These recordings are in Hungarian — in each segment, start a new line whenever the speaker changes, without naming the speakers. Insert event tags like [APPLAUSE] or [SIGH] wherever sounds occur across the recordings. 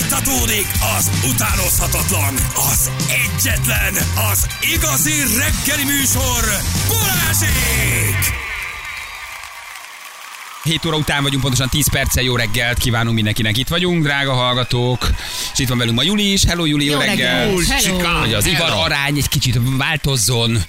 Fújtatódik az utánozhatatlan, az egyetlen, az igazi reggeli műsor, Balázsék!
7 óra után vagyunk, pontosan 10 perccel jó reggelt kívánunk mindenkinek. Itt vagyunk, drága hallgatók. És itt van velünk ma Juli is. Hello Juli, jó,
Jó
reggelt.
reggelt. Hello.
Hogy az ivar arány egy kicsit változzon.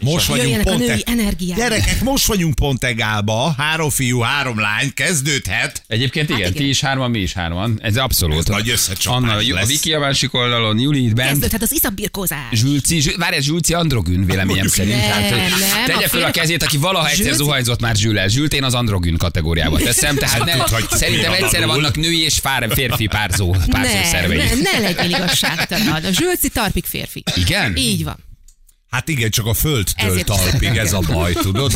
Most vagyunk
Jöjjenek a
pont
női
e-
energiák.
[LAUGHS] Gyerekek, most vagyunk pont egálba, három fiú, három lány, kezdődhet.
Egyébként igen,
Hát igen.
ti is hárman, mi is hárman. Ez abszolút.
Ez nagy összecsapás
Anna, a
lesz.
Viki a másik oldalon, Juli itt bent.
Kezdődhet hát az iszapbirkózás.
Zsülci, Zsü- várj, ez Zsülci androgyn véleményem
Mondjuk
szerint.
nem.
hogy
Nem,
tegye
a
fel a
fél-
kezét, aki valaha egyszer
Zsülci?
zuhanyzott már Zsülel. Zsült én az androgyn kategóriába teszem,
[LAUGHS]
tehát nem,
tudhatjuk,
szerintem
mi van
egyszerre
alul.
vannak női és fár- férfi párzó, párzó
ne,
szervei.
ne, ne legyél igazságtalan. A zsölci tarpik férfi.
Igen?
Így van.
Hát igen, csak a földtől
Ezért
talpig ez a baj,
[LAUGHS]
[LAUGHS]
tudod?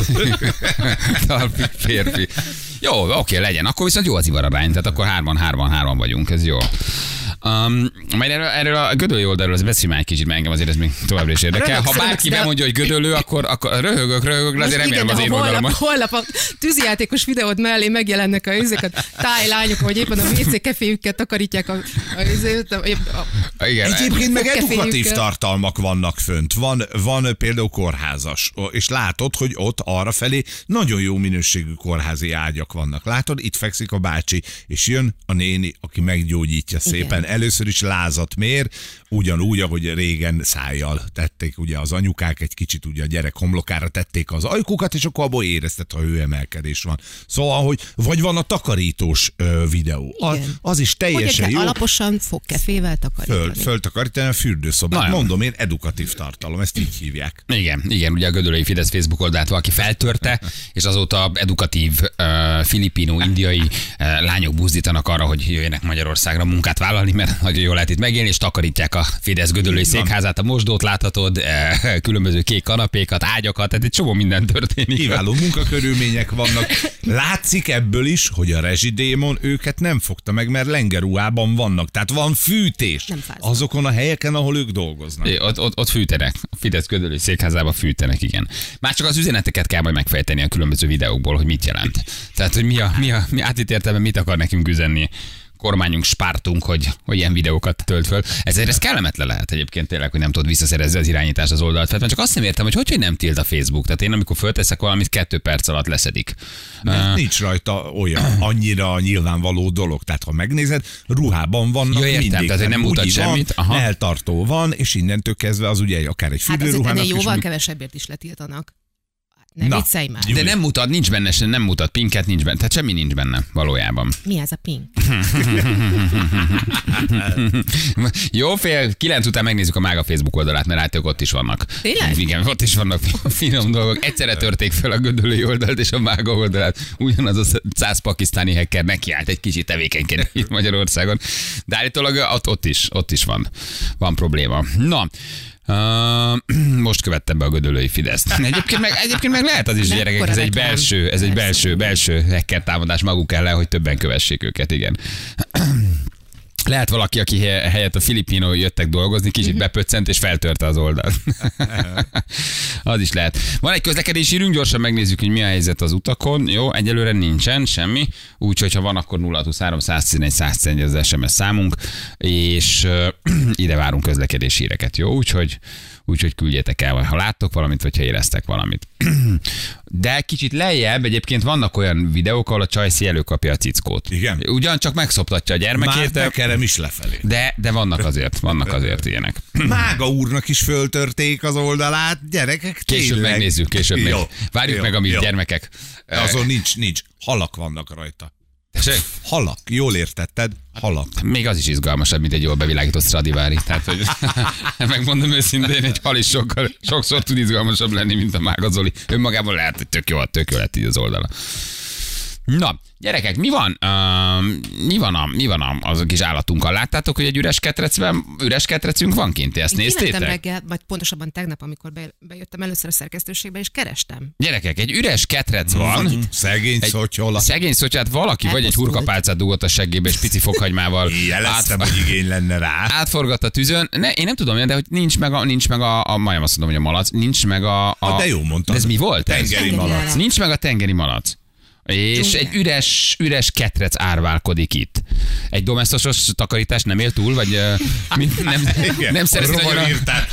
Talpi férfi. Jó, oké, legyen. Akkor viszont jó az ivararány, tehát akkor hárman, hárman, hárman vagyunk, ez jó. Um, majd erről, erről a gödölő oldalról ez beszélj már egy kicsit, mert engem azért ez még továbbra is érdekel.
Röhögsz,
Ha bárki
röhögsz, de-
bemondja, hogy gödölő, akkor, akkor röhögök, röhögök, de azért remélem
de
az én
ha
oldalamon.
holnap, holnap a tűzijátékos videód mellé megjelennek a őzök, a tájlányok, hogy éppen a WC keféjükkel takarítják a, a, izé- a, a, a
Igen.
Egyébként meg
Fogkeféjükkel.
edukatív tartalmak vannak fönt. Van, van például kórházas, és látod, hogy ott arra felé nagyon jó minőségű kórházi ágyak vannak. Látod, itt fekszik a bácsi, és jön a néni, aki meggyógyítja szépen. Először is lázat mér, ugyanúgy, ahogy régen szájjal tették, ugye az anyukák egy kicsit ugye a gyerek homlokára tették az ajkukat, és akkor abból érezted, ha hőemelkedés van. Szóval, hogy vagy van a takarítós ö, videó. Az,
Igen.
az is teljesen
Hogy
jó.
alaposan fogkefével
Föl,
takarítani.
föltakarítani a fürdőszobát.
Nagyon.
Mondom én, edukatív tartalom, ezt így hívják.
Igen, igen, ugye a Gödölői Fidesz Facebook oldalt valaki feltörte, és azóta edukatív uh, filipino, indiai uh, lányok buzdítanak arra, hogy jöjjenek Magyarországra munkát vállalni, mert nagyon jól lehet itt megélni, és takarítják a Fidesz Gödölői székházát, a mosdót láthatod, uh, különböző kék kanapékat, ágyakat, tehát egy csomó minden történik.
Kiváló munkakörülmények vannak. Látszik ebből is, hogy a rezsidémon őket nem fogta meg, mert lengerúában vannak. Tehát van fűtés
Nem fáznak.
azokon a helyeken, ahol ők dolgoznak.
É, Ott, ott, ott fűtenek, a Fidesz Gödölői székházába fűtenek, igen. Már csak az üzeneteket kell majd megfejteni a különböző videókból, hogy mit jelent. Tehát, hogy mi a, mi a mi átvitt értelemben mit akar nekünk üzenni kormányunk, spártunk, hogy, hogy ilyen videókat tölt föl. Ezért ez kellemetlen lehet egyébként tényleg, hogy nem tudod visszaszerezni az irányítást az oldalt. Tehát csak azt nem értem, hogy hogy, hogy nem tilt a Facebook. Tehát én amikor fölteszek valamit, kettő perc alatt leszedik.
Mert nincs rajta olyan annyira nyilvánvaló dolog. Tehát ha megnézed, ruhában vannak
Ja, értem,
mindig.
tehát, hogy nem
bugyi
mutat
van,
semmit, aha.
Eltartó van, és innentől kezdve az ugye akár egy
Hát azért
fürdőruhának
ennél
is
jóval
mű-
kevesebbért is letiltanak. Nem
Na.
viccelj már.
De nem mutat, nincs benne, se- nem mutat pinket, nincs benne. Tehát semmi nincs benne valójában.
Mi ez a pink?
[LAUGHS] Jó, fél kilenc után megnézzük a Mága Facebook oldalát, mert látjuk, ott is vannak.
Tényleg?
Igen, ott is vannak [LAUGHS] finom dolgok. Egyszerre törték fel a gödölői oldalt és a Mága oldalát. Ugyanaz a száz pakisztáni hacker nekiállt egy kicsit tevékenykedni itt Magyarországon. De állítólag ott, ott is, ott is van, van probléma. Na, Uh, [CLEARS THROAT] most követtem be a gödölői Fideszt. Egyébként meg, egyébként meg lehet az is,
Mekkora
gyerekek, ez egy
reklám.
belső, ez egy
Persze.
belső, belső hacker támadás maguk ellen, hogy többen kövessék őket, igen. Lehet valaki, aki he- helyett a filipino jöttek dolgozni, kicsit bepöccent és feltörte az oldalt. az is lehet. Van egy közlekedési hírünk, gyorsan megnézzük, hogy mi a helyzet az utakon. Jó, egyelőre nincsen semmi, úgyhogy ha van, akkor 0623 111 111 az SMS számunk, és ö, [CLEARS THROAT] ide várunk közlekedési híreket, jó? Úgyhogy, úgyhogy küldjetek el, ha láttok valamit, vagy ha éreztek valamit. [CLEARS THROAT] De kicsit lejjebb egyébként vannak olyan videók, ahol a csajszi előkapja a cickót.
Igen.
Ugyancsak megszoptatja a
Már
gyermekét, de-
tekerem is lefelé.
de, de vannak azért, vannak azért ilyenek.
Mága úrnak is föltörték az oldalát, gyerekek.
Később
tényleg.
megnézzük, később
Jó,
meg. Várjuk
jó,
meg, amíg
jó.
gyermekek. eh,
Azon nincs, nincs. Halak vannak rajta.
Tessék?
Halak, jól értetted? Halak.
eh, Még az is izgalmasabb, mint egy jól bevilágított Stradivári. Tehát, hogy [LAUGHS] megmondom őszintén, egy hal is sokkal, sokszor tud izgalmasabb lenni, mint a mágazoli. Önmagában lehet, hogy tök jó, tök jó lett így az oldala. Na, gyerekek, mi van, uh, mi van, a, mi van a, az a kis állatunkkal? Láttátok, hogy egy üres ketrecben, üres ketrecünk van kint, ezt
Én kimentem
néztétek?
reggel, vagy pontosabban tegnap, amikor be- bejöttem először a szerkesztőségbe, és kerestem.
Gyerekek, egy üres ketrec van,
Szegény
Egy-
szotyola.
Szegény szotyát valaki vagy egy
Elpusztult.
hurkapálcát dugott a seggébe, és pici
[LAUGHS]
fokhagymával
Jeleztem, hogy igény lenne rá.
átforgat a tűzön. Ne, én nem tudom, de hogy nincs meg a, nincs meg a, a majdnem azt mondom, hogy a malac, nincs meg a... a
Hát de jó mondtad.
De ez mi volt? Ez?
Tengeri
Tengeri
malac.
malac.
Nincs meg a tengeri malac. És
Dzsungel.
egy üres, üres ketrec árválkodik itt. Egy domesztosos takarítás nem él túl,
[LAUGHS]
vagy ö, mi, nem,
Igen,
nem
a
szereti nagyon a,
rovarírtát.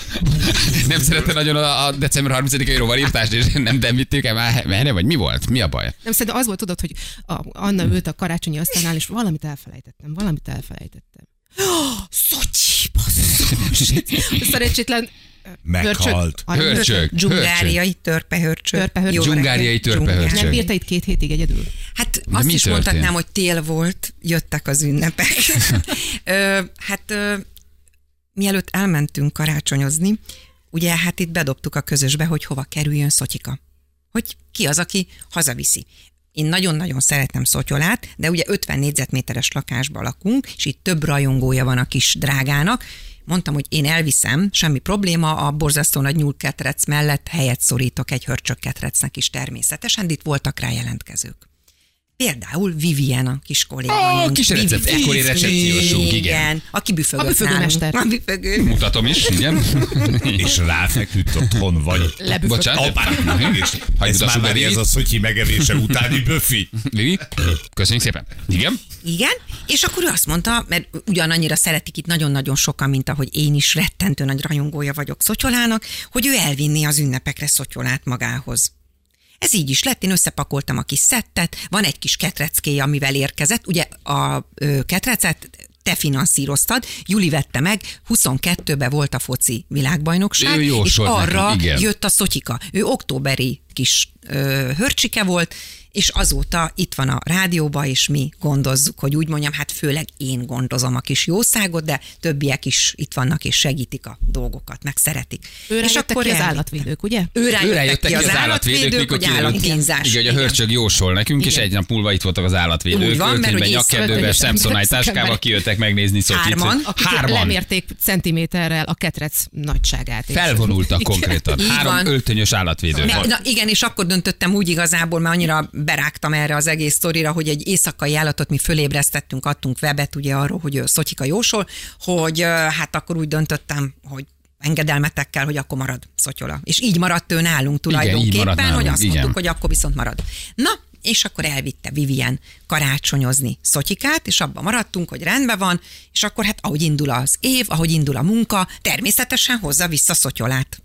nem szerette nagyon a, a december 30-ai rovarírtást, és nem demítik el már merre, vagy mi volt? Mi a baj?
Nem, szerintem az volt, tudod, hogy a, Anna ült a karácsonyi asztalnál, és valamit elfelejtettem, valamit elfelejtettem. [GASPS] Oh, Szocsi, basszus! Szerencsétlen
Meghalt.
Arany
Hörcsög.
hörcsög.
Dzsungáriai törpehörcsög.
Törpehörcsög.
Jó
Dzsungáriai
reggelt,
törpehörcsög.
dzsungáriai.
Nem bírta itt két hétig egyedül.
Hát
De
azt
mi
is
történt?
mondhatnám, hogy tél volt, jöttek
[LAUGHS]
az ünnepek. ö, hát ö, mielőtt elmentünk karácsonyozni, ugye hát itt bedobtuk a közösbe, hogy hova kerüljön Szotyika. Hogy ki az, aki hazaviszi. Én nagyon-nagyon szeretem Szotyolát, de ugye 50 négyzetméteres lakásban lakunk, és itt több rajongója van a kis drágának. Mondtam, hogy én elviszem, semmi probléma, a borzasztó nagy nyúlketrec mellett helyet szorítok egy hörcsökketrecnek is természetesen, de itt voltak rá jelentkezők. Például Vivien a kis kollégánk.
Ó, kis recep-
Vivi-
ekkori recepciósunk, igen.
Aki büfögött
A büfögőmester.
nálunk. A büfögő.
Mutatom is,
[LAUGHS]
igen.
És ráfeküdt otthon vagy.
Lebüfögött.
Bocsánat.
Apának, és
Hagyd
ez
a
már
sugarit.
Mária, ez a szotyi megevése utáni böfi.
Vivi, köszönjük szépen. Igen?
Igen, és akkor ő azt mondta, mert ugyanannyira szeretik itt nagyon-nagyon sokan, mint ahogy én is rettentő nagy rajongója vagyok Szotyolának, hogy ő elvinni az ünnepekre Szotyolát magához. Ez így is lett, én összepakoltam a kis szettet, van egy kis ketreckéje, amivel érkezett, ugye a ö, ketrecet te finanszíroztad, Juli vette meg, 22-ben volt a foci világbajnokság,
Ő jó
és
sor
arra
neki, igen.
jött a Szotyika. Ő októberi kis ö, hörcsike volt, és azóta itt van a rádióba, és mi gondozzuk, hogy úgy mondjam, hát főleg én gondozom a kis jószágot, de többiek is itt vannak, és segítik a dolgokat, meg szeretik.
Őre
és
jöttek ki az
elvitt-
állatvédők, ugye?
Őre,
Őre jöttek ki az állatvédők,
hogy
mikor kiderült,
állatkínzás.
Igen, hogy a hörcsög jósol nekünk, és
Igen.
egy nap múlva itt voltak az állatvédők.
Úgy van, mert
öltönyben,
ugye
nyakkendővel,
észrevettek,
Samsonite
hogy-
táskával kijöttek megnézni Szotyit.
Hárman,
Akik
Hárman.
lemérték centiméterrel a ketrec nagyságát. és-
Felvonultak
Igen.
konkrétan.
Így
Három
van.
öltönyös állatvédő.
Ne,
volt.
na igen, és akkor döntöttem úgy igazából, mert annyira berágtam erre az egész sztorira, hogy egy éjszakai állatot mi fölébresztettünk, adtunk webet ugye arról, hogy ő Szotyika jósol, hogy ö, hát akkor úgy döntöttem, hogy engedelmetekkel, hogy akkor marad Szotyola. És így maradt ő nálunk
így maradt
tulajdonképpen, hogy
nálunk,
azt mondtuk,
igen.
hogy akkor viszont marad. Na, és akkor elvitte Vivien karácsonyozni Szotyikát, és abban maradtunk, hogy rendben van, és akkor hát ahogy indul az év, ahogy indul a munka, természetesen hozza vissza Szotyolát.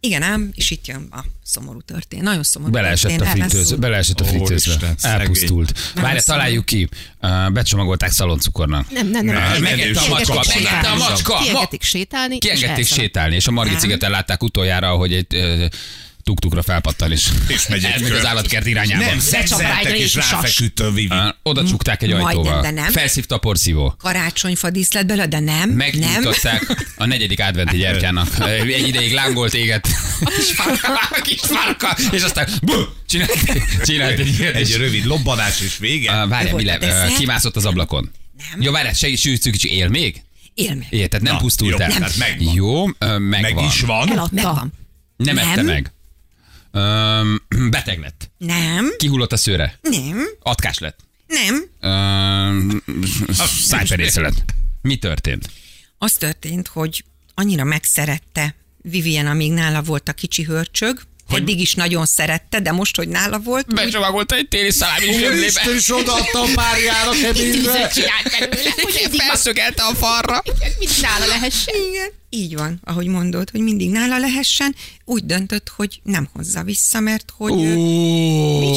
Igen ám, és itt jön a szomorú történet. Nagyon szomorú
Beleesett a
történet.
fritőz,
Elveszünk.
beleesett a
Ó,
fritőzbe.
Isten, szegény.
Elpusztult. Várj, találjuk ki. Ö, Becsomagolták szaloncukornak.
Nem, nem, nem.
Nem,
Kiengedték
megette a macska,
sétálni.
megette a
macska.
Kiengedték sétálni. és
Kiengedték
elszaladt.
sétálni, és a Margit szigeten látták utoljára, hogy egy ö, tuktukra felpattan is.
És megy egy
Elmegy
kör.
az állatkert irányába.
Nem,
rá egy
szexeltek és
régi sas.
ráfeküdt a Vivi.
Ö, Oda csukták egy
Majdnem,
ajtóval.
de nem.
Felszívta a porszívó.
Karácsonyfa díszlet belőle, de nem. nem. [LAUGHS]
Megnyitották a negyedik adventi gyertyának. Egy ideig lángolt éget. A kis farka. A kis farka. És aztán buh, csinált, csinált egy ilyet.
Egy
és-
rövid lobbanás és vége.
Ö, Várjál,
Volt
mi
a
le? ö,
desszert?
Kimászott az ablakon.
Nem.
Jó, várjál, segítsük, kicsi, él még?
Él meg.
Él, tehát nem
Na,
pusztult
jó,
el.
tehát megvan.
Jó, ö, megvan.
Meg is van.
Eladta.
Megvan.
Nem ette
Nem.
meg. Öm, [CLEARS THROAT] beteg lett.
Nem.
Kihullott a szőre.
Nem.
Atkás lett.
Nem.
[LAUGHS] Öm, Szájperésze lett. Mi történt?
Az történt, hogy annyira megszerette Vivien, amíg nála volt a kicsi hörcsög, hogy eddig is nagyon szerette, de most, hogy nála volt,
Becsomagolta egy téli szalámi zsömlébe.
és odaadta a Máriára keményre.
Felszögelte a falra.
Mit nála lehessen?
Igen, így van, ahogy mondod, hogy mindig nála lehessen. Úgy döntött, hogy nem hozza vissza, mert hogy ő,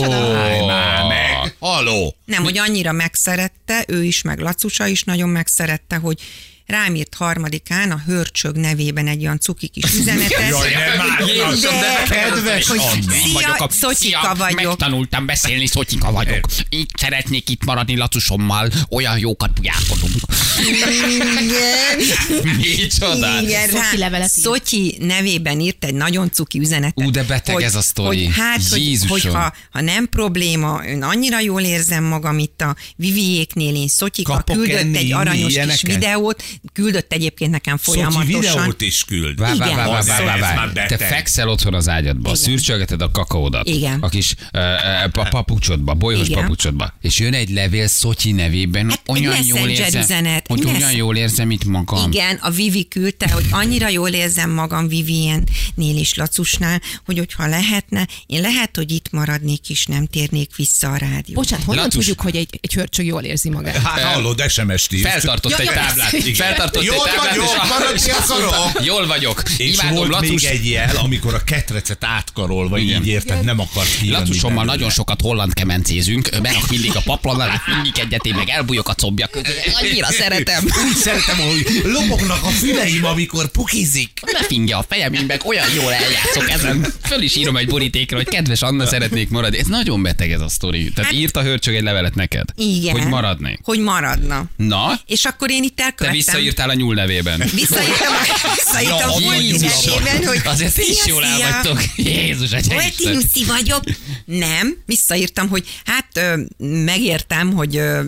Állj már meg. Haló.
nem, hogy annyira megszerette, ő is, meg Lacusa is nagyon megszerette, hogy rám írt harmadikán a Hörcsög nevében egy olyan cuki kis üzenetet.
Jaj, ne már.
Jézusom, de
Kedves
Hogy
Anna.
szia, Szotyika vagyok.
Megtanultam beszélni, Szotyika vagyok. Így szeretnék itt maradni Lacusommal, olyan jókat bujálkodunk. [LAUGHS] Micsoda?
Igen,
Szotyi
rá,
levelet írt.
Szotyi nevében írt egy nagyon cuki üzenetet.
Ú, de beteg ez a sztori.
Hogy, hát, hogy,
Jézusom.
hogyha, ha nem probléma, ön annyira jól érzem magam itt a Viviéknél, én Szotyika
Kapok
küldött
enni,
egy aranyos
ilyeneket?
kis videót, küldött egyébként nekem
Szotyi
folyamatosan.
videót is küld.
Vá, vá,
Igen.
vá, vá,
Az-
vá, vá,
ez
vá.
már
Te
beteg.
fekszel otthon az ágyadba, szürcsölgeted a kakaódat,
Igen.
a kis ö, ö, pa- papucsodba, bolyos
Igen.
papucsodba, és jön egy levél Szotyi nevében,
Hát egy
olyan jól
messenger
érzem.
üzenet, hát
Hogy
mi
ugyan
lesz?
jól érzem itt magam.
Igen, a Vivi küldte, hogy annyira jól érzem magam Viviennél és Lacusnál, hogy hogyha lehetne, én lehet, hogy itt maradnék és nem térnék vissza a rádió.
Bocsánat, honnan
Lacus.
tudjuk, hogy egy, egy hörcsög jól érzi magát?
Hát hallod, SMS-t írt.
Feltartott
Ja,
egy
ja,
táblát.
persze.
Feltartott
Jól
egy táblát.
vagyok,
és-
maradj ki a szarok.
Jól vagyok.
És
Imádom
volt
Lacus.
még egy jel, amikor a ketrecet átkarolva
Igen.
így érted, nem akart kijönni.
Lacusommal
belőle.
nagyon sokat holland kemencézünk, ő berak mindig a paplannal, hát mindig egyet, én meg elbújok a combja közé.
[LAUGHS]
Annyira szeretem.
Úgy szeretem, hogy lobognak a füleim, amikor pukizik.
Befingja a fejem, én meg olyan jól eljátszok ezen. Föl is írom egy borítékra, hogy kedves Anna, szeretnék maradni. Ez nagyon beteg ez a sztori. Tehát
Hát-
írt a hörcsög egy levelet neked.
Igen.
Hogy maradnék.
Hogy maradna.
Na,
És akkor én itt
te
elkövettem.
visszaírtál a nyúl
[LAUGHS]
nevében. [LAUGHS]
Visszaírtam, visszaírtam
Na,
a
Jézusom.
nevében, hogy
Azért ti is
szia,
jól el
szia.
vagytok. Jézus, egy
Poetinuszi vagyok. Nem, visszaírtam, hogy hát ö, megértem, hogy ö,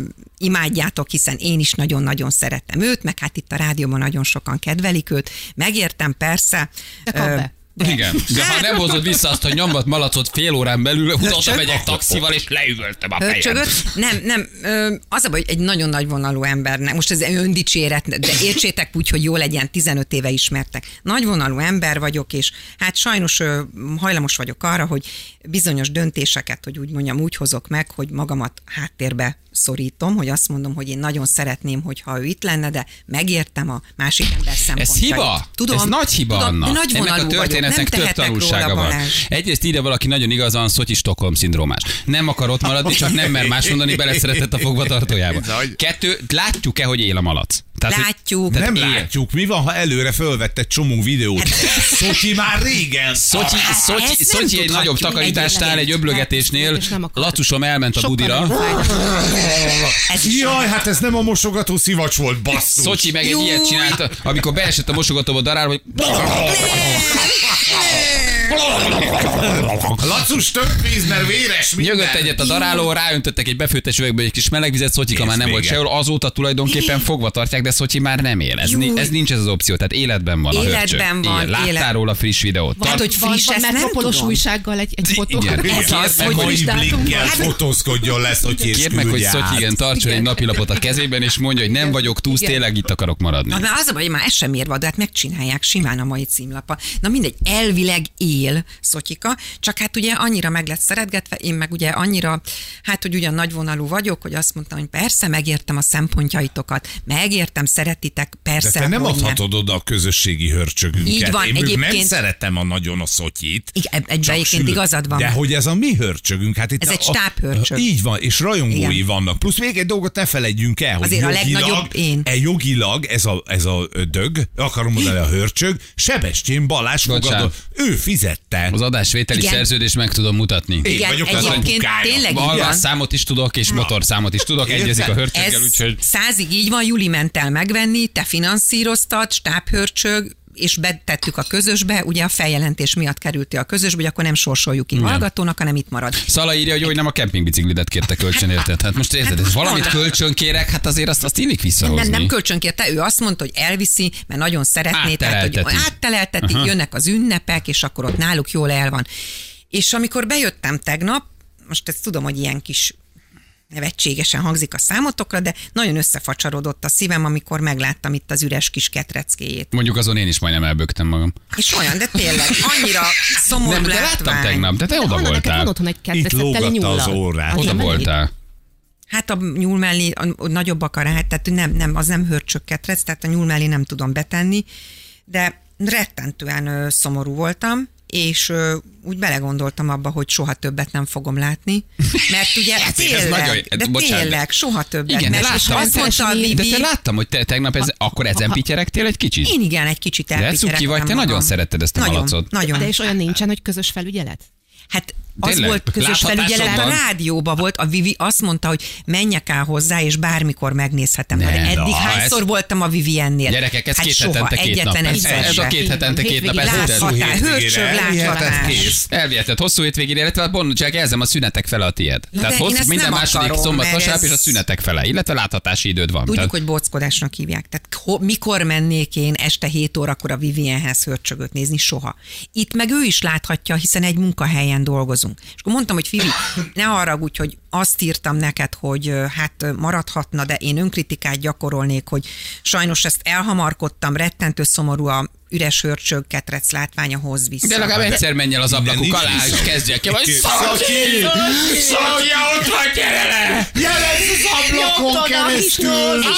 imádjátok, hiszen én is nagyon-nagyon szeretem őt, meg hát itt a rádióban nagyon sokan kedvelik őt. Megértem, persze.
De kap
Ö,
be.
Igen, de ha nem hozod vissza azt a nyombat malacot fél órán belül, utána megyek taxival, és leüvöltem a fejem.
Hörcsögöt? Nem, nem. Ö, az a baj, hogy egy nagyon nagy vonalú embernek, most ez öndicséret, de értsétek úgy, hogy jó legyen, 15 éve ismertek. Nagy vonalú ember vagyok, és hát sajnos ö, hajlamos vagyok arra, hogy bizonyos döntéseket, hogy úgy mondjam, úgy hozok meg, hogy magamat háttérbe szorítom, hogy azt mondom, hogy én nagyon szeretném, hogyha ő itt lenne, de megértem a másik ember
Ez
szempontjait.
hiba? Tudom, ez nagy hiba,
tudom,
Anna.
De nagy
Ennek
vonalú
a
vagyok, nem
történetnek több
tehetek
tanulsága
róla,
van.
Balázs.
Egyrészt ide valaki nagyon igazan Szotyi Stockholm szindrómás. Nem akar ott maradni, csak nem mer más mondani, beleszeretett a fogvatartójába.
Bizony.
Kettő, látjuk-e, hogy él a malac? Tehát, hogy-
Látjuk.
Nem
él.
látjuk, mi van, ha előre fölvett egy csomó videót. Szotyi már régen.
Szotyi,
Ah, ezt
Szotyi,
nem
Szotyi egy
tudhatjuk
nagyobb takarításnál,
egyébként.
egy öblögetésnél,
És nem akar.
Lacusom elment a
Sokkal
budira,
nagyobb fájdalom.
Ez is
Jaj, hát ez nem a mosogató szivacs volt, basszus.
Szotyi meg egy
Júj.
ilyet csinálta, amikor beesett a mosogatóba darál, hogy
Lacus több víz, mert véres minden.
nyögött egyet a daráló, ráöntöttek egy befőttes üvegből egy kis melegvizet, Szotyika
Kész,
már nem volt
vége.
sehol, azóta tulajdonképpen fogva tartják, de Szotyi már nem él. Ez, ni-
Júj.
ez nincs ez az opció, tehát életben van a
Életben
hörcsög.
van,
Igen, Láttál
élet-
róla friss videót.
Van,
hogy
van,
friss,
van
ezt nem
metrópolos
tudom.
újsággal egy, egy fotó.
hát igen.
Igen,
Ez az,
meg,
hogy
hogy
friss dátum.
blikkel fotózkodjon lesz, hogy és
Hát- Kérd meg, hogy
küldje
Szotyi
át.
igen, tartson egy
Igen.
napilapot a kezében, és mondja, hogy nem vagyok túsz,
Igen.
tényleg itt akarok maradni.
Na, mert az a baj, hogy már ez sem érve, de hát megcsinálják simán a mai címlapa. Na mindegy, elvileg él Szotyika, csak hát ugye annyira meg lett szeretgetve, én meg ugye annyira, hát hogy ugyan nagyvonalú vagyok, hogy azt mondtam, hogy persze megértem a szempontjaitokat, megértem, szeretitek,
De
persze.
te nem
hogy ne.
adhatod oda a közösségi hörcsögünket.
Így van,
Én mondjuk nem
egyébként-
szeretem a nagyon a szotyit.
Igen, egy- egyben
Csak
egyébként
sülök.
igazad van.
De hogy ez a mi hörcsögünk, hát itt
Ez
a,
egy stábhörcsög.
A, így van, és rajongói
Igen.
vannak. Plusz még egy dolgot ne felejtjünk el, hogy
Azért a
jogilag,
legnagyobb én.
E jogilag ez a, ez a ö, dög, akarom mondani a hörcsög, Sebestyén Balázs fogadó,
Bocsánat.
ő fizette.
Az adásvételi
Igen.
szerződést meg tudom mutatni.
Én
Igen,
vagyok az
egyébként
anyukája.
tényleg így van.
Alvásszámot is tudok, és motorszámot is tudok,
Érted?
egyezik a hörcsöggel,
Ez
úgyhogy...
százig így van, Juli ment el megvenni, te finanszíroztad, stábhörcsög, és betettük a közösbe, ugye a feljelentés miatt került ő a közösbe, hogy akkor nem sorsoljuk ki hallgatónak, hanem itt marad.
Szala írja, hogy, jó, hogy nem a kempingbiciklidet kérte kölcsön, érted? Hát most érted, ez valamit kölcsön kérek, hát azért azt, azt illik visszahozni.
Nem, nem kölcsönkérte, ő azt mondta, hogy elviszi, mert nagyon szeretné, tehát hogy
Átterelteti.
átteleltetik, jönnek az ünnepek, és akkor ott náluk jól el van. És amikor bejöttem tegnap, most ezt tudom, hogy ilyen kis nevetségesen hangzik a számotokra, de nagyon összefacsarodott a szívem, amikor megláttam itt az üres kis ketreckéjét.
Mondjuk azon én is majdnem elbögtem magam.
És olyan, de tényleg, annyira szomorú
nem, de
látvány.
láttam tegnap, de te oda
Anna, neked
voltál.
Van otthon egy
Itt
kedveszettel
lógatta az
nyullal.
órát.
Oda
Igen,
voltál.
Hát a nyúl mellé a, a nagyobbak a ráhát, tehát nem, nem, az nem hörcsökketrec, tehát a nyúl mellé nem tudom betenni, de rettentően ö, szomorú voltam, és ö, úgy belegondoltam abba, hogy soha többet nem fogom látni, mert
[LAUGHS]
ugye
hát ez
tényleg,
nagyon-
de
bocsánat.
tényleg, soha többet.
Igen, de
mert és
láttam.
azt mondta a
De te
Vivi,
láttam, hogy te tegnap ez, akkor ezen pityeregtél egy kicsit?
én igen, egy kicsit
cuki
elpityeregtem
vagy, te
magam.
nagyon szeretted ezt a
nagyon,
malacot.
Nagyon,
De és olyan nincsen, hogy közös felügyelet?
Hát az
Tényleg?
volt közös
Láthatásod
felügyelet,
van?
a rádióban volt, a Vivi azt mondta, hogy menjek el hozzá, és bármikor megnézhetem.
Ne,
Ne, eddig
na,
hányszor
ez-
voltam a Viviennél?
Gyerekek, ez
hát
két
soha,
hetente két nap.
egyetlen
Ez,
egyszer
ez a
se.
két hetente két nap.
Hétvégén
Ez
láthatás.
Láthatás, hörcsög láthatás.
kész.
Elvihetett hosszú hétvégére, illetve hát bontják, elzem a szünetek fele a tiéd.
Na,
Tehát
de én
hosszú,
ezt
minden
nem
második
akarom,
szombat,
mert
vasárnap
ez-
és a szünetek fele, illetve láthatási időd van. Tehát-
Tudjuk, hogy bockodásnak hívják. Tehát ho, mikor mennék én este 7 órakor a Vivienhez hörcsögöt nézni? Soha. Itt meg ő is láthatja, hiszen egy munkahelyen dolgozunk. találkozunk. És akkor mondtam, hogy Fivi, ne haragudj, hogy azt írtam neked, hogy ö, hát ö, maradhatna, de én önkritikát gyakorolnék, hogy sajnos ezt elhamarkodtam, rettentő szomorú a üres hörcsög ketrec látványa hoz vissza.
De legalább egyszer menj el az ablakuk
nincs
alá, és
vissza.
kezdjek el, vagy
Szaki!
Szaki! Szaki, ott vagy, gyere le!
Jelensz az ablakon
Nyomtad a
keresztül!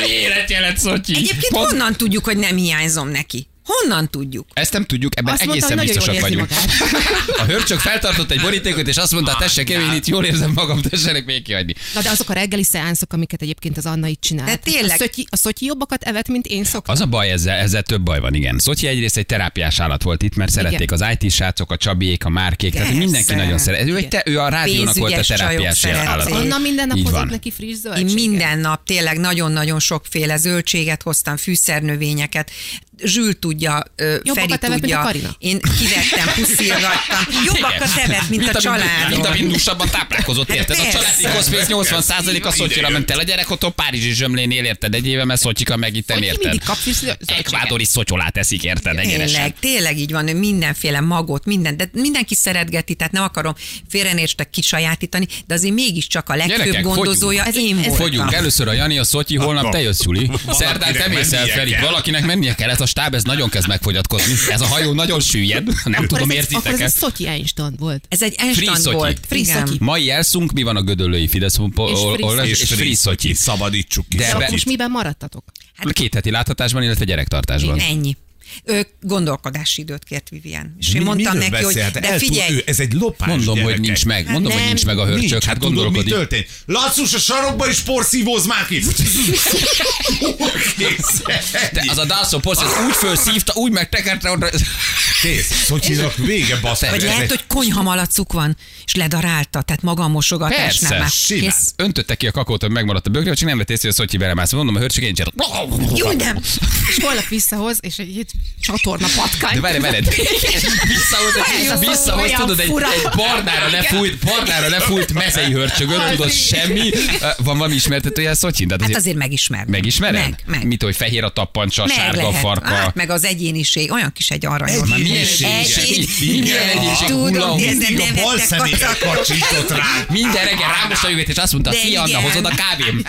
Állj, életjelet, Szotyi!
Egyébként
Pont-
honnan tudjuk, hogy nem hiányzom neki? Honnan tudjuk?
Ezt nem tudjuk, ebben
Azt mondta,
egészen
hogy nagyon
biztosak
jól
vagyunk.
érzi
A hörcsök feltartott egy borítékot, és azt mondta, tessék, én itt jól érzem magam, tessenek még kihagyni.
Na de azok a reggeli szeánszok, amiket egyébként az Anna itt csinál.
De tényleg.
A szötyi, a szötyi jobbakat evett, mint én szoktam.
Az a baj ezzel, ezzel több baj van, igen. Szotyi egyrészt egy terápiás állat volt itt, mert szerették az IT-srácok, a Csabiék, a Márkék, tehát
Persze.
mindenki nagyon szeret. Ő, egy te, ő a rádiónak volt a
Pénzügyes csajok
terápiás
szerették.
állat.
Anna minden nap
Így
hozott
van.
neki friss
Én
zöldséget.
minden nap tényleg nagyon-nagyon sokféle zöldséget hoztam, fűszernövényeket. Zsül tudja, ö, Feri
Jobbakat evett, mint
tudja.
a Karina.
Én kivettem,
[LAUGHS]
puszilgattam. Jobbakat evett, mint a
Vitamin-
családom.
Vitaminusabban táplálkozott,
Hát
érted? A
persze.
családi koszfész 80%-a Szotyira ment el. A gyerek otthon Párizsi zsömlénél, érted? Egy éve, mert Szotyika meg itt nem
Szotyi
érted.
mindig kap friss zöldséget.
Ekvádori szotyolát eszik, érted? Egyenesen.
Tényleg, tényleg így van, ő mindenféle magot, minden, de mindenki szeretgeti, tehát nem akarom félrenérstek kisajátítani, de azért mégiscsak a legfőbb
Gyerekek,
gondozója
fogyunk.
én
Ez- ez-
voltam.
Fogyunk. Először a Jani, a
Hát
Szotyi, holnap te jössz, Juli. Szerdán te mész el
mennie
felik.
kell.
Valakinek mennie kell, ez a stáb, ez nagyon kezd megfogyatkozni. Ez a hajó nagyon süllyed. Nem
Akkor
tudom,
ez, egy- akkor
érzitek
ez egy
ezt.
Szotyi Einstein volt.
Ez egy
Free
Einstein
Szotyi.
volt.
Free
igen.
Szotyi.
Mai jelszunk, mi van a gödöllői Fidesz
És Free
olvas-
Szotyi.
és Free Szotyi.
Szabadítsuk ki.
De
De
ebbe-
akkor
Szabadítsuk.
most miben maradtatok?
Két heti láthatásban, illetve gyerektartásban.
Ennyi. Ő gondolkodási időt kért Vivian. És én
Mi-
mondtam
miről
neki, hogy
beszél? Hát
de
el tud-
figyelj,
ő, ez egy lopás,
Mondom, hogy
gyerekek.
nincs meg. Mondom, hogy
nem.
nincs meg a hörcsök.
Nincs,
Hát
tudod, mi
gondolkodik.
történt? Lacus a sarokba is porszívóz már ki. Kész.
Te, az a Dalszó Porsche az úgy fölszívta, úgy megtekerte oda.
Kész. Szotyinak vége, basszus.
Vagy lehet, hogy konyhamalacuk van, és ledarálta, tehát maga a mosogatásnál
Persze,
már.
simán.
Kész.
Öntötte ki a kakót, hogy megmaradt a bögre, csak nem vett észre, hogy a Szotyi belemászott. Mondom, a hörcsök én csak...
Jó, hát nem.
És holnap visszahoz, és egy hét csatorna patkány.
De várj, veled. Visszahoz,
Ez az
visszahoz
olyan
tudod, egy,
fura.
egy barnára lefújt, barnára lefújt mezei hörcsögöt, tudod, semmi. Ö, Van valami ismertetője a Szotyin? Tehát
Hát
azért
azért megismered.
megismered?
Meg, meg.
Mit, hogy fehér a tappancsa,
meg
sárga a
lehet.
farka.
Hát, meg az egyéniség, olyan kis egy aranyom.
Egyéniség.
Egyéniség.
Milyen egyéniség? Hula
Tudom,
hoop.
de ezen
Mindig a bal
nevettek
szemébe
a-
kacsított rá.
Minden reggel rámosta jövét, és azt mondta,
De
szia Anna,
igen.
hozod a
[LAUGHS]
kávém.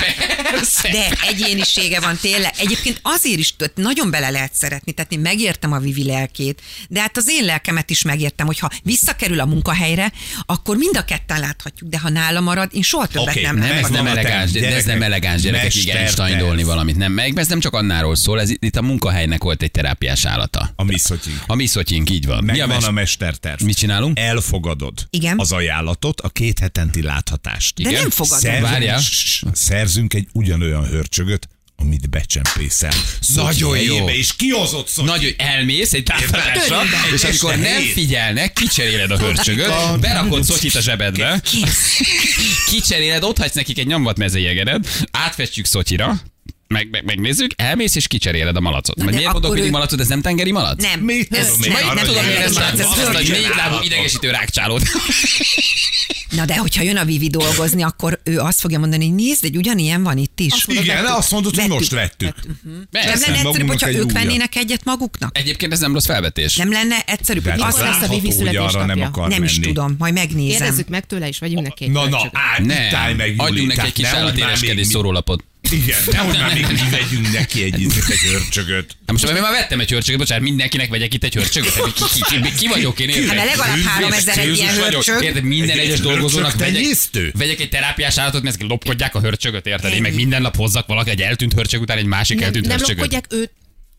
Persze.
De egyénisége van tényleg. Egyébként azért is tehát nagyon bele lehet szeretni, tehát én megértem a Vivi lelkét, de hát az én lelkemet is megértem, hogy ha visszakerül a munkahelyre, akkor mind a ketten láthatjuk, de ha nála marad, én soha többet
Oké,
nem
nem,
Nem, ez
látok.
nem
Megvan a
elegáns,
terv,
de ez nem
gyerekek.
elegáns gyerekek, igen,
Mesterterv.
stanyolni valamit. Nem, meg ez nem csak annáról szól, ez itt a munkahelynek volt egy terápiás állata.
A mi szotyink.
A mi szotyink, így van. Mi a
Megvan
mes-
a mesterterv.
Mit csinálunk?
Elfogadod
Igen.
az ajánlatot, a két hetenti láthatást.
De nem fogadom.
Várjál.
Szerzünk, szerzünk egy ugyanolyan hörcsögöt, amit becsempészel.
Nagyon
Szotyi
jó.
helyébe, És kihozott Szotyi.
Nagy, hogy elmész egy távfalásra,
Körülbelül.
és amikor
Este
nem
hét.
figyelnek, kicseréled a hörcsögöt, berakod szotyit a zsebedbe, kicseréled, ott hagysz nekik egy nyomvat mezőjegedet, átfestjük szotyira, meg, meg, megnézzük, elmész és kicseréled a malacot. Mert
de
miért mondok
akkor
mindig
ő-
malacot, ez nem tengeri malac?
Nem.
Mit
Ez
tudom én,
nem,
arra
nem,
Nem tudom,
nem,
miért
nem,
ez
nem,
látsz,
ez
azt a
hölgy.
négylábú idegesítő rákcsálót.
Na de, hogyha jön a Vivi dolgozni, akkor ő azt fogja mondani, hogy nézd, egy ugyanilyen van itt is.
mondod,
Igen,
vettük.
azt mondod, hogy
Vettük.
most vettük.
Nem
Persze.
lenne egyszerűbb,
magunknak
hogyha
egy
ők
újat.
vennének egyet maguknak?
Egyébként ez nem rossz felvetés.
Nem lenne egyszerűbb, hogy
az
azt
lesz a
látható,
Vivi
hogy arra nem
születésnapja.
akar
nem
Hát menni.
is tudom, majd megnézem.
Kérdezzük meg tőle, és vegyünk neki egy
Na, na,
hörcsögöt.
állj,
Nem.
nem. meg, Juli.
Adjunk neki
Tehát
egy kis
nehogy már még
állatéleskedés
mi-
szórólapot.
Igen, nehogy már még mi vegyünk neki egy, ízét, egy hörcsögöt.
Na Hát most én már vettem egy hörcsögöt, bocsánat, mindenkinek vegyek itt egy hörcsögöt. Hát Ki, ki, ki, ki vagyok én? érted?
Hát, de legalább
Hűvés,
3000 egy ilyen
Jézus vagyok.
hörcsög.
Érted, minden
Egy
egyes
hörcsög
dolgozónak vegyek,
tenyésztő?
vegyek egy terápiás állatot, mert ezek lopkodják a hörcsögöt, érted? Én meg minden nap hozzak valaki egy eltűnt hörcsög után egy másik
Nem,
eltűnt
nem
hörcsögöt.
lopkodják őt,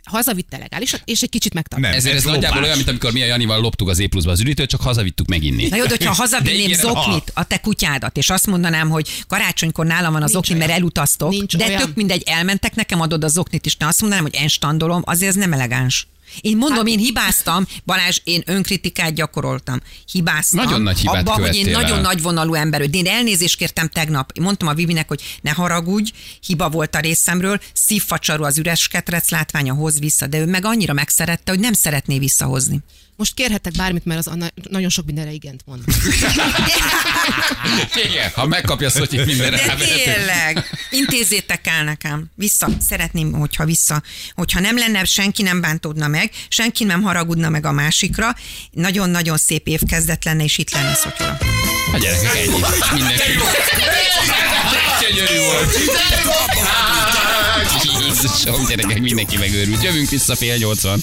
hazavitte legálisan, és egy kicsit megtartja.
Nem.
Ezért ez
Ez
nagyjából
lopás.
olyan, mint amikor mi a Janival loptuk az épluszba az üdítőt, csak hazavittük meginni.
[LAUGHS] Na jó, de hogyha hazavinném
De igen,
zoknit, a te kutyádat, és azt mondanám, hogy karácsonykor nálam van az
Nincs
zokni, mert
olyan.
elutaztok,
Nincs
de
olyan.
tök mindegy, elmentek, nekem adod az zoknit is, ne azt mondanám, hogy enstandolom, azért ez nem elegáns. Én mondom,
Hát-
én hibáztam, Balázs, én önkritikát gyakoroltam. Hibáztam.
Nagyon nagy hibát
abba, hogy én
követtél el.
nagyon nagy vonalú ember vagyok. De Én elnézést kértem tegnap. Mondtam a Vivinek, hogy ne haragudj, hiba volt a részemről, szívfacsarú az üres ketrec látványa hoz vissza, de ő meg annyira megszerette, hogy nem szeretné
[LAUGHS]
visszahozni. [LAUGHS]
Most kérhettek bármit, mert az Anna nagyon sok mindenre igent mond.
Igen, ha megkapja Szotyit mindenre
De
rávezető.
tényleg, intézzétek el nekem. Vissza, szeretném, hogyha vissza, hogyha nem lenne, senki nem bántódna meg, senki nem haragudna meg a másikra. Nagyon-nagyon szép évkezdet lenne, és itt lenne Szotyola.
A gyerekek ennyi. Mindenki. De Gyönyörű volt. Jézusom, gyerekek, mindenki megőrült. Jövünk vissza fél nyolcvan.